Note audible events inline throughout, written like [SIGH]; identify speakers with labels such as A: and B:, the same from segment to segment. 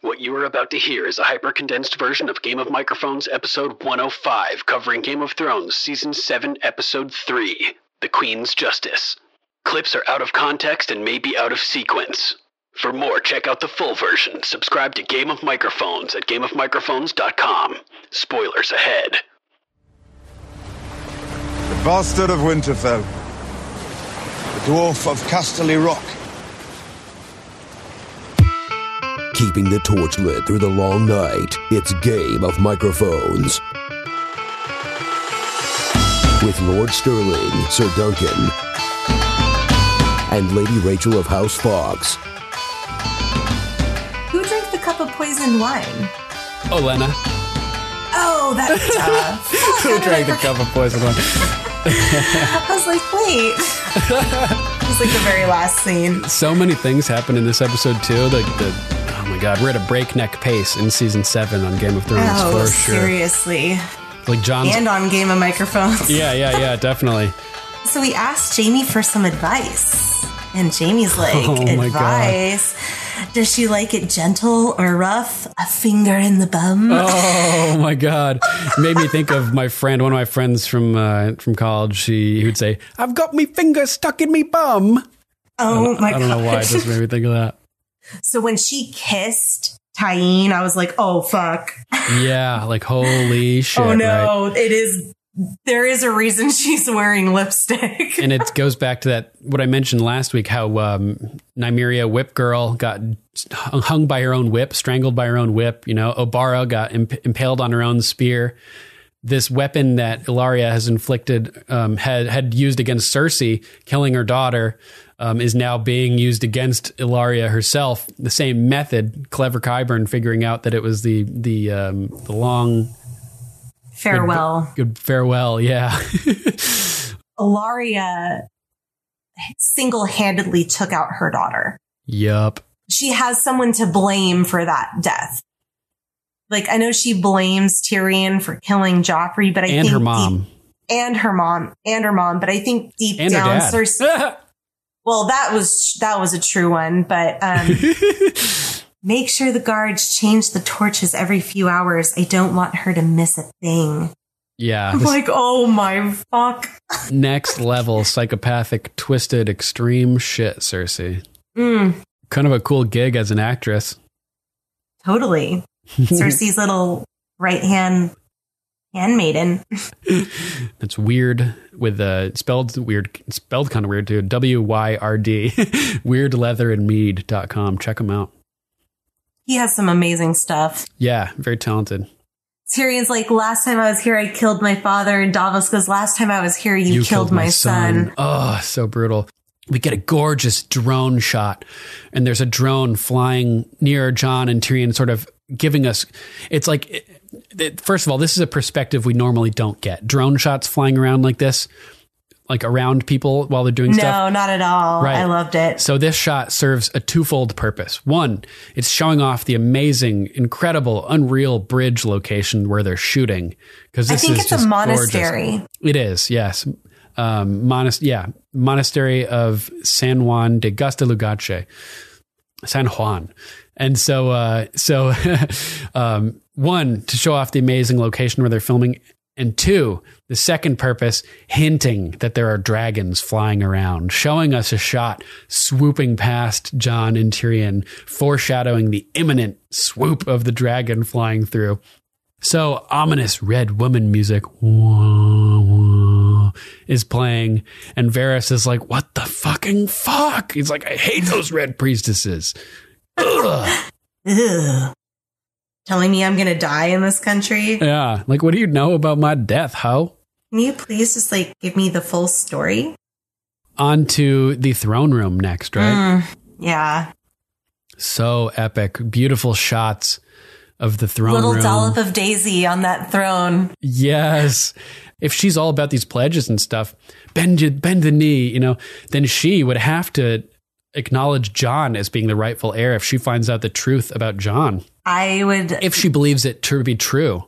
A: What you are about to hear is a hyper condensed version of Game of Microphones Episode 105, covering Game of Thrones Season 7, Episode 3 The Queen's Justice. Clips are out of context and may be out of sequence. For more, check out the full version. Subscribe to Game of Microphones at gameofmicrophones.com. Spoilers ahead.
B: The bastard of Winterfell. The dwarf of Casterly Rock.
C: Keeping the torch lit through the long night, it's Game of Microphones. With Lord Sterling, Sir Duncan, and Lady Rachel of House Fox.
D: Who drinks the cup of poisoned wine?
E: Olena.
D: Oh,
E: [LAUGHS]
D: that's tough.
E: Who drank the cup of poison wine?
D: [LAUGHS] I was like, wait.
E: [LAUGHS]
D: it was like the very last scene.
E: So many things happen in this episode too. Like the oh my god, we're at a breakneck pace in season seven on Game of Thrones
D: Oh,
E: for sure.
D: seriously.
E: Like John's.
D: And on Game of Microphones.
E: yeah, yeah, yeah, definitely.
D: So we asked Jamie for some advice. And Jamie's like,
E: Oh my God.
D: advice. Does she like it gentle or rough? A finger in the bum?
E: Oh my god, made me think of my friend, one of my friends from uh, from college. She he would say, "I've got me finger stuck in me bum."
D: Oh my
E: I don't know why. It
D: gosh.
E: just made me think of that.
D: So when she kissed Tyene, I was like, oh fuck.
E: Yeah, like holy shit.
D: oh
E: right?
D: no, it is. There is a reason [LAUGHS] she's wearing lipstick.
E: and it goes back to that what I mentioned last week how um, Nymeria Whip Girl got hung by her own whip, strangled by her own whip. You know, Obara got imp- impaled on her own spear. This weapon that Ilaria has inflicted um, had had used against Cersei, killing her daughter, um, is now being used against Ilaria herself. The same method, clever Kyburn figuring out that it was the the um, the long
D: [LAUGHS] Farewell.
E: good farewell. Yeah, [LAUGHS]
D: Ilaria single handedly took out her daughter.
E: yup.
D: She has someone to blame for that death. Like, I know she blames Tyrion for killing Joffrey, but I
E: And
D: think.
E: her
D: deep-
E: mom
D: and her mom. And her mom. But I think deep
E: and her
D: down,
E: dad.
D: Cersei. Well, that was that was a true one, but [LAUGHS] um, make sure the guards change the torches every few hours. I don't want her to miss a thing.
E: [LAUGHS] Yeah,
D: I'm
E: this
D: like, oh my fuck.
E: next level psychopathic, twisted, extreme shit, Cersei.
D: Mm,
E: Kind of a cool gig as an actress.
D: [LAUGHS] totally. Cersei's little right hand handmaiden.
E: That's weird with the spelled weird, spelled kind of weird too. W Y R D, [LAUGHS] weirdleatherandmead.com. Check them out.
D: He has some amazing stuff.
E: Yeah, very talented.
D: Tyrion's like, last time I was here, I killed my father. And Davos goes, last time I was here, you, killed, my, son.
E: Oh, so brutal. We get a gorgeous drone shot, and there's a drone flying near John and Tyrion, sort of giving us. It's like, it- it- first of all, this is a perspective we normally don't get. Drone shots flying around like this, like around people while they're doing
D: No,
E: stuff.
D: not at all.
E: Right.
D: I loved it.
E: So this shot serves a twofold purpose. One, it's showing off the amazing, incredible, unreal bridge location where they're shooting because
D: I
E: this
D: think
E: is
D: it's a
E: just gorgeous.
D: monastery.
E: It is, yes. Um, monast- yeah, monastery of San Juan de Guastelugache. San Juan. And so, uh, so [LAUGHS] um, one to show off the amazing location where they're filming, and two, the second purpose, hinting that there are dragons flying around, showing us a shot swooping past John and Tyrion, foreshadowing the imminent swoop of the dragon flying through. So ominous red woman music wah, wah, is playing, and Varys is like, "What the fucking fuck?" He's like, "I hate those red priestesses." Ugh.
D: Ugh. Telling me I'm gonna die in this country.
E: Yeah, like, what do you know about my death, ho?
D: Can you please just like give me the full story?
E: On to the throne room next, right?
D: Mm, yeah.
E: So epic, beautiful shots of the throne
D: Little
E: room.
D: dollop of Daisy on that throne.
E: Yes. If she's all about these pledges and stuff, bend your, bend the knee, you know, then she would have to acknowledge John as being the rightful heir if she finds out the truth about John.
D: I would.
E: If she believes it to be true.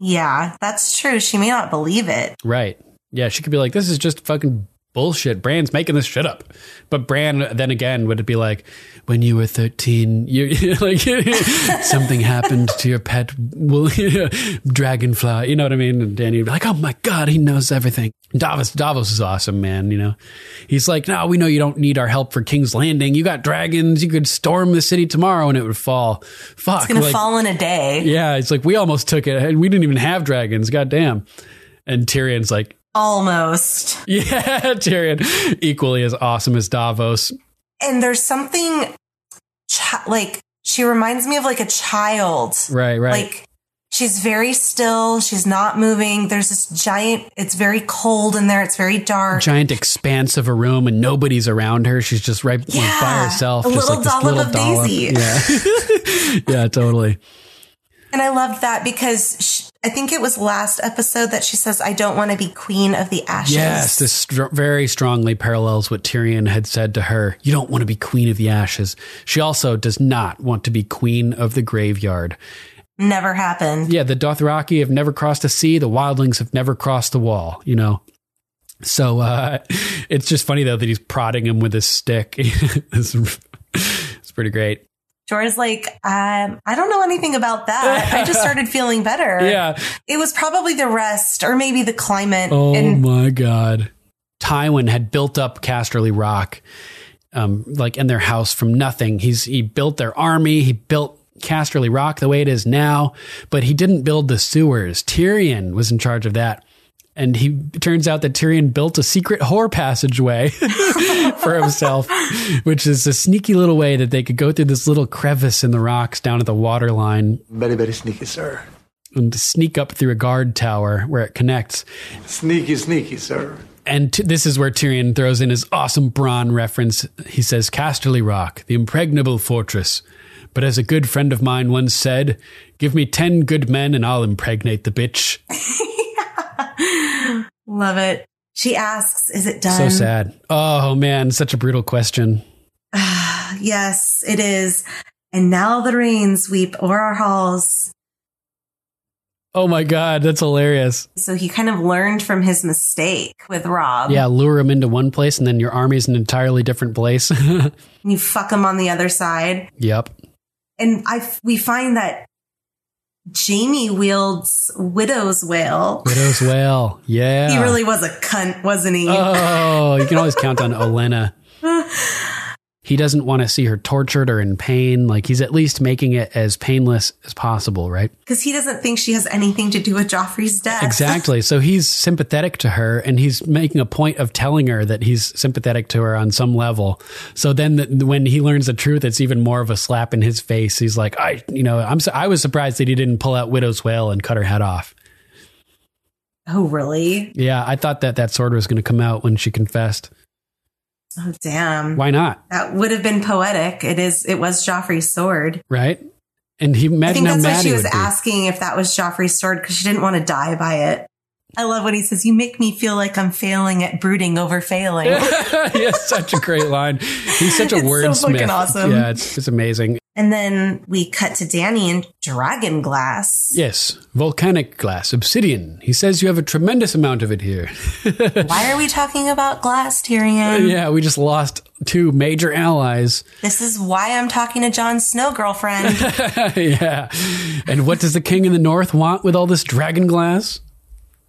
D: Yeah, that's true. She may not believe it.
E: Right. Yeah, she could be like, this is just fucking bullshit. Bran's making this shit up. But Bran, then again, would it be like, when you were 13, [LAUGHS] you, like, something happened to your pet wool [LAUGHS] dragonfly. You know what I mean? And Danny would be like, oh my God, he knows everything. Davos, Davos is awesome, man. You know, he's like, no, we know you don't need our help for King's Landing. You got dragons. You could storm the city tomorrow and it would fall. Fuck.
D: It's gonna
E: like-
D: fall in a day.
E: Yeah, it's like we almost took it. and We didn't even have dragons. Goddamn. And Tyrion's like,
D: Almost.
E: yeah, [LAUGHS] Tyrion, equally as awesome as Davos.
D: And there's something chi- like she reminds me of like a child.
E: Right, right.
D: Like she's very still. She's not moving. There's this giant. It's very cold in there. It's very dark.
E: Giant expanse of a room, and nobody's around her. She's just right like, by
D: Yeah,
E: herself,
D: a
E: just
D: little
E: like this
D: dollop
E: little
D: of
E: dollop.
D: Daisy.
E: Yeah, [LAUGHS] yeah, totally.
D: And I loved that because she, I think it was last episode that she says, "I don't want to be queen of the ashes."
E: Yes, this str- very strongly parallels what Tyrion had said to her. You don't want to be queen of the ashes. She also does not want to be queen of the graveyard.
D: never happened.
E: yeah, the Dothraki have never crossed a sea. The wildlings have never crossed the wall, you know? So uh, [LAUGHS] it's just funny, though, that he's prodding him with his stick. [LAUGHS] it's, it's pretty great.
D: Jorah's like, um, I don't know anything about that.
E: [LAUGHS]
D: I just started feeling better.
E: Yeah.
D: It was probably the rest or maybe the climate.
E: Oh,
D: and
E: my God. Tywin had built up Casterly Rock, um, like in their house from nothing. He's He built their army. He built Casterly Rock the way it is now, but he didn't build the sewers. Tyrion was in charge of that. And he it turns out that Tyrion built a secret whore passageway [LAUGHS] for himself, which is a sneaky little way that they could go through this little crevice in the rocks down at the water line
F: Very, very sneaky, sir.
E: and sneak up through a guard tower where it connects.
F: Sneaky, sneaky, sir.
E: And t- this is where Tyrion throws in his awesome Bronn reference. He says, Casterly Rock, the impregnable fortress. But as a good friend of mine once said, give me 10 good men and I'll impregnate the bitch.
D: [LAUGHS] love it. She asks, Is it
E: So
D: done?
E: sad. Oh man, such a brutal question.
D: Yes, it is. And now the rains weep o'er our halls.
E: Oh my God, that's hilarious.
D: So he kind of learned from his mistake with Rob.
E: Yeah, lure him into one place and then your army's an entirely different place. [LAUGHS]
D: And you fuck him on the other side.
E: yep.
D: And I, f- we find that Jamie wields Widow's Wail.
E: Widow's Whale. Yeah.
D: He really was a cunt, wasn't he?
E: Oh, you can always count on Olena. He doesn't want to see her tortured or in pain. Like he's at least making it as painless as possible, right?
D: Because he doesn't think she has anything to do with Joffrey's death.
E: Exactly. So he's sympathetic to her and he's making a point of telling her that he's sympathetic to her on some level. So then the, when he learns the truth, it's even more of a slap in his face. He's like, I, you know, I'm, su- I was surprised that he didn't pull out Widow's Whale and cut her head off.
D: [LAUGHS] Oh, really?
E: Yeah. I thought that that sword was going to come out when she confessed.
D: Oh, damn.
E: Why not?
D: That would have been poetic. It is. It was Joffrey's sword.
E: Right. And he
D: I
E: imagine
D: think
E: how
D: that's why
E: mad
D: she
E: he
D: was
E: would be.
D: asking if that was Joffrey's sword because she didn't want to die by it. I love when he says, "You make me feel like I'm failing at brooding
E: [LAUGHS]
D: over failing."
E: yeah, such a great line. He's such a
D: It's so
E: wordsmith.
D: fucking awesome.
E: Yeah, it's, it's amazing.
D: And then we cut to Danny in dragon glass.
E: Yes, volcanic glass, obsidian. He says you have a tremendous amount of it here.
D: Why are we talking about glass, Tyrion?
E: yeah, we just lost two major allies. [LAUGHS]
D: This is why I'm talking to Jon Snow, girlfriend.
E: yeah. And what does the king in the north want with all this dragon glass?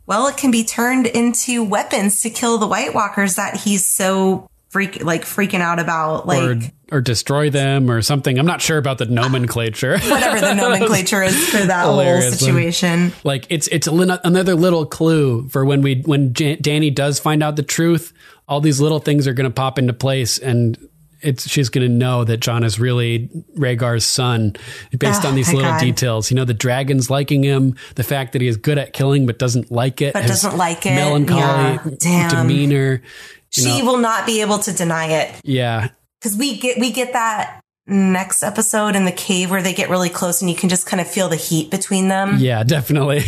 D: well, it can be turned into weapons to kill the White Walkers that he's so freak like freaking out about,
E: Or
D: like
E: or destroy them or something. I'm not sure about the nomenclature. [LAUGHS]
D: whatever the nomenclature is for that whole
E: Hilarious.
D: situation.
E: like it's it's a, lin- another little clue for when we when Jan- Danny does find out the truth, all these little things are going to pop into place and it's she's going to know that John is really Rhaegar's son based
D: Oh,
E: on these
D: my
E: little
D: God.
E: details. You know, the dragons liking him, the fact that he is good at killing but doesn't like it,
D: But
E: his
D: doesn't like it,
E: melancholy
D: yeah. Damn.
E: demeanor. you
D: She
E: know.
D: will not be able to deny it.
E: Yeah,
D: because we get we get that next episode in the cave where they get really close and you can just kind of feel the heat between them.
E: yeah, [LAUGHS] definitely.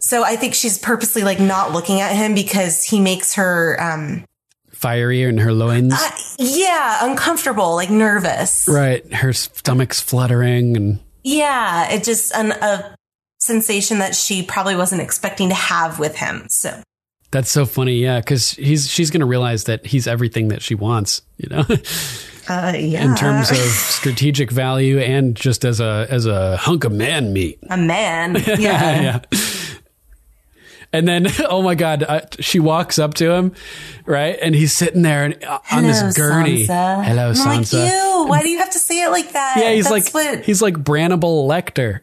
D: So I think she's purposely like not looking at him because he makes her um
E: Fiery in her loins,
D: uh, yeah, uncomfortable, like nervous.
E: right? Her stomach's fluttering and.
D: Yeah, it just an, a sensation that she probably wasn't expecting to have with him. So
E: That's so funny, yeah, because he's she's gonna realize that he's everything that she wants, you know, [LAUGHS]
D: uh yeah.
E: in terms of strategic value and just as a as a hunk of man meat. [LAUGHS]
D: a man. Yeah. Uh-huh.
E: yeah. And then, [LAUGHS] oh my God, uh, she walks up to him, right? And he's sitting there and, uh, on this
D: Hello,
E: gurney.
D: Sansa.
E: Hello,
D: I'm
E: Sansa.
D: Like, Ew, why do you have to say it like that?
E: yeah, he's
D: That's
E: like
D: what, Oh.
E: he's like Brannibal Lecter.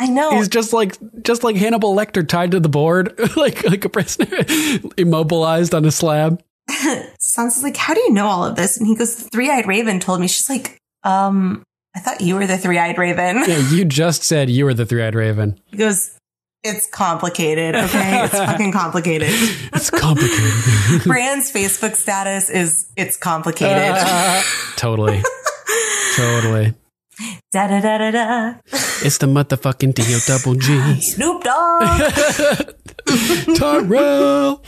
D: I know.
E: He's just like just like Hannibal Lecter tied to the board, [LAUGHS] like like a prisoner, [LAUGHS] immobilized on a slab.
D: Sansa's like, How do you know all of this? And he goes, The three eyed raven told me. She's like, Um, I thought you were the three eyed raven.
E: Yeah, you just said you were the three eyed raven.
D: He goes, It's complicated. Okay.
E: [LAUGHS]
D: It's fucking complicated.
E: It's complicated.
D: Brand's Facebook status is, It's complicated.
E: totally. Totally.
D: [LAUGHS] Da da da da da.
E: It's the motherfucking D O double G.
D: Snoop Dogg.
E: Tyrell.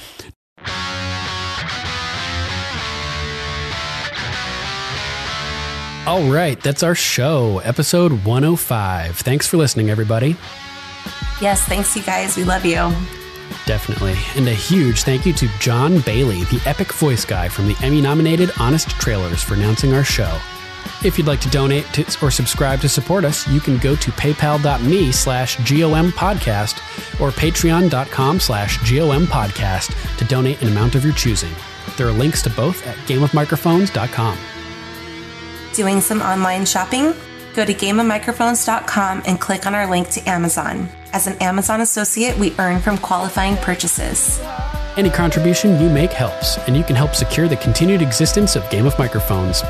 E: All right, that's our show, episode 105. Thanks for listening, everybody.
D: yes. Thanks, you guys. We love you.
E: Definitely. And a huge thank you to John Bailey, the epic voice guy from the Emmy nominated Honest Trailers, for announcing our show. If you'd like to donate to, or subscribe to support us, you can go to paypal.me slash GOM podcast or patreon.com slash GOM podcast to donate an amount of your choosing. There are links to both at gameofmicrophones.com.
D: Doing some online shopping? Go to gameofmicrophones.com and click on our link to Amazon. As an Amazon associate, we earn from qualifying purchases.
E: Any contribution you make helps, and you can help secure the continued existence of Game of Microphones.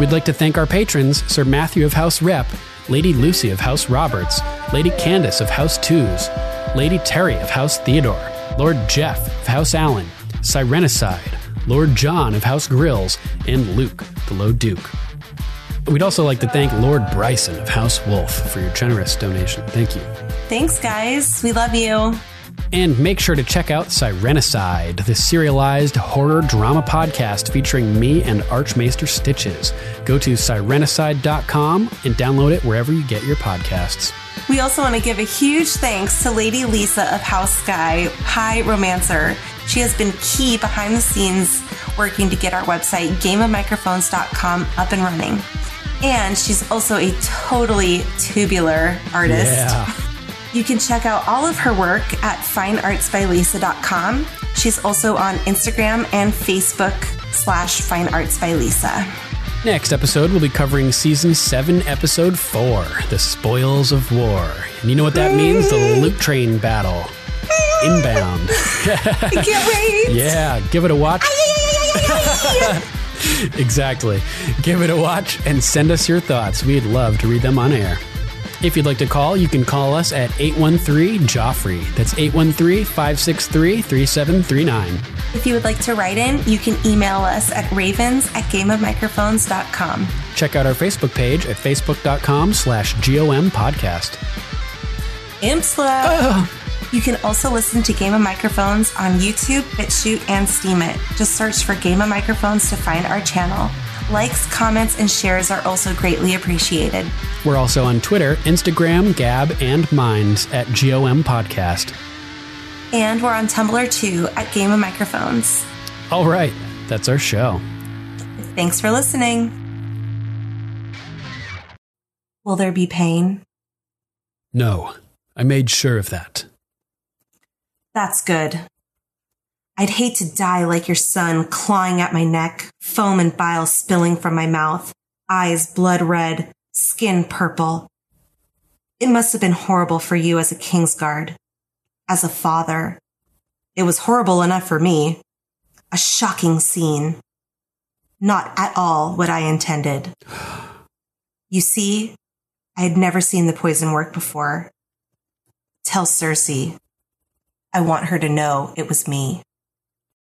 E: We'd like to thank our patrons Sir Matthew of House Rep, Lady Lucy of House Roberts, Lady Candace of House Twos, Lady Terry of House Theodore, Lord Jeff of House Allen, Sirenicide, Lord John of House Grills, and Luke, the Low Duke. We'd also like to thank Lord Bryson of House Wolf for your generous donation. Thank you.
D: Thanks, guys. We love you.
E: And make sure to check out Sirenicide, the serialized horror drama podcast featuring me and Archmaester Stitches. Go to sirenicide.com and download it wherever you get your podcasts.
D: We also want to give a huge thanks to Lady Lisa of House Sky, High Romancer. She has been key behind the scenes working to get our website, gameofmicrophones.com, up and running. And she's also a totally tubular artist. [LAUGHS] You can check out all of her work at fineartsbylisa.com. She's also on Instagram and Facebook slash fineartsbylisa.
E: Next episode, we'll be covering season 7, episode 4, The Spoils of War. And you know what that means? The Loot Train Battle. Inbound.
D: I can't
E: [LAUGHS]
D: wait!
E: Yeah, give it a watch. Exactly. Give it a watch and send us your thoughts. We'd love to read them on air. If you'd like to call, you can call us at 813 Joffrey. That's 813 563 3739.
D: If you would like to write in, you can email us at ravens at gameofmicrophones.com.
E: Check out our Facebook page at facebook.com slash GOM podcast.
D: Impsla! You can also listen to Game of Microphones on YouTube, BitChute, and Steam It. Just search for Game of Microphones to find our channel. Likes, comments, and shares are also greatly appreciated.
E: We're also on Twitter, Instagram, Gab, and Minds at GOM Podcast.
D: And we're on Tumblr too at Game of Microphones.
E: All right, that's our show.
D: Thanks for listening. Will there be pain?
E: No, I made sure of that.
D: That's good. I'd hate to die like your son, clawing at my neck, foam and bile spilling from my mouth, eyes blood red, skin purple. It must have been horrible for you as a Kingsguard, as a father. It was horrible enough for me. A shocking scene. Not at all what I intended. You see, I had never seen the poison work before. Tell Cersei. I want her to know it was me.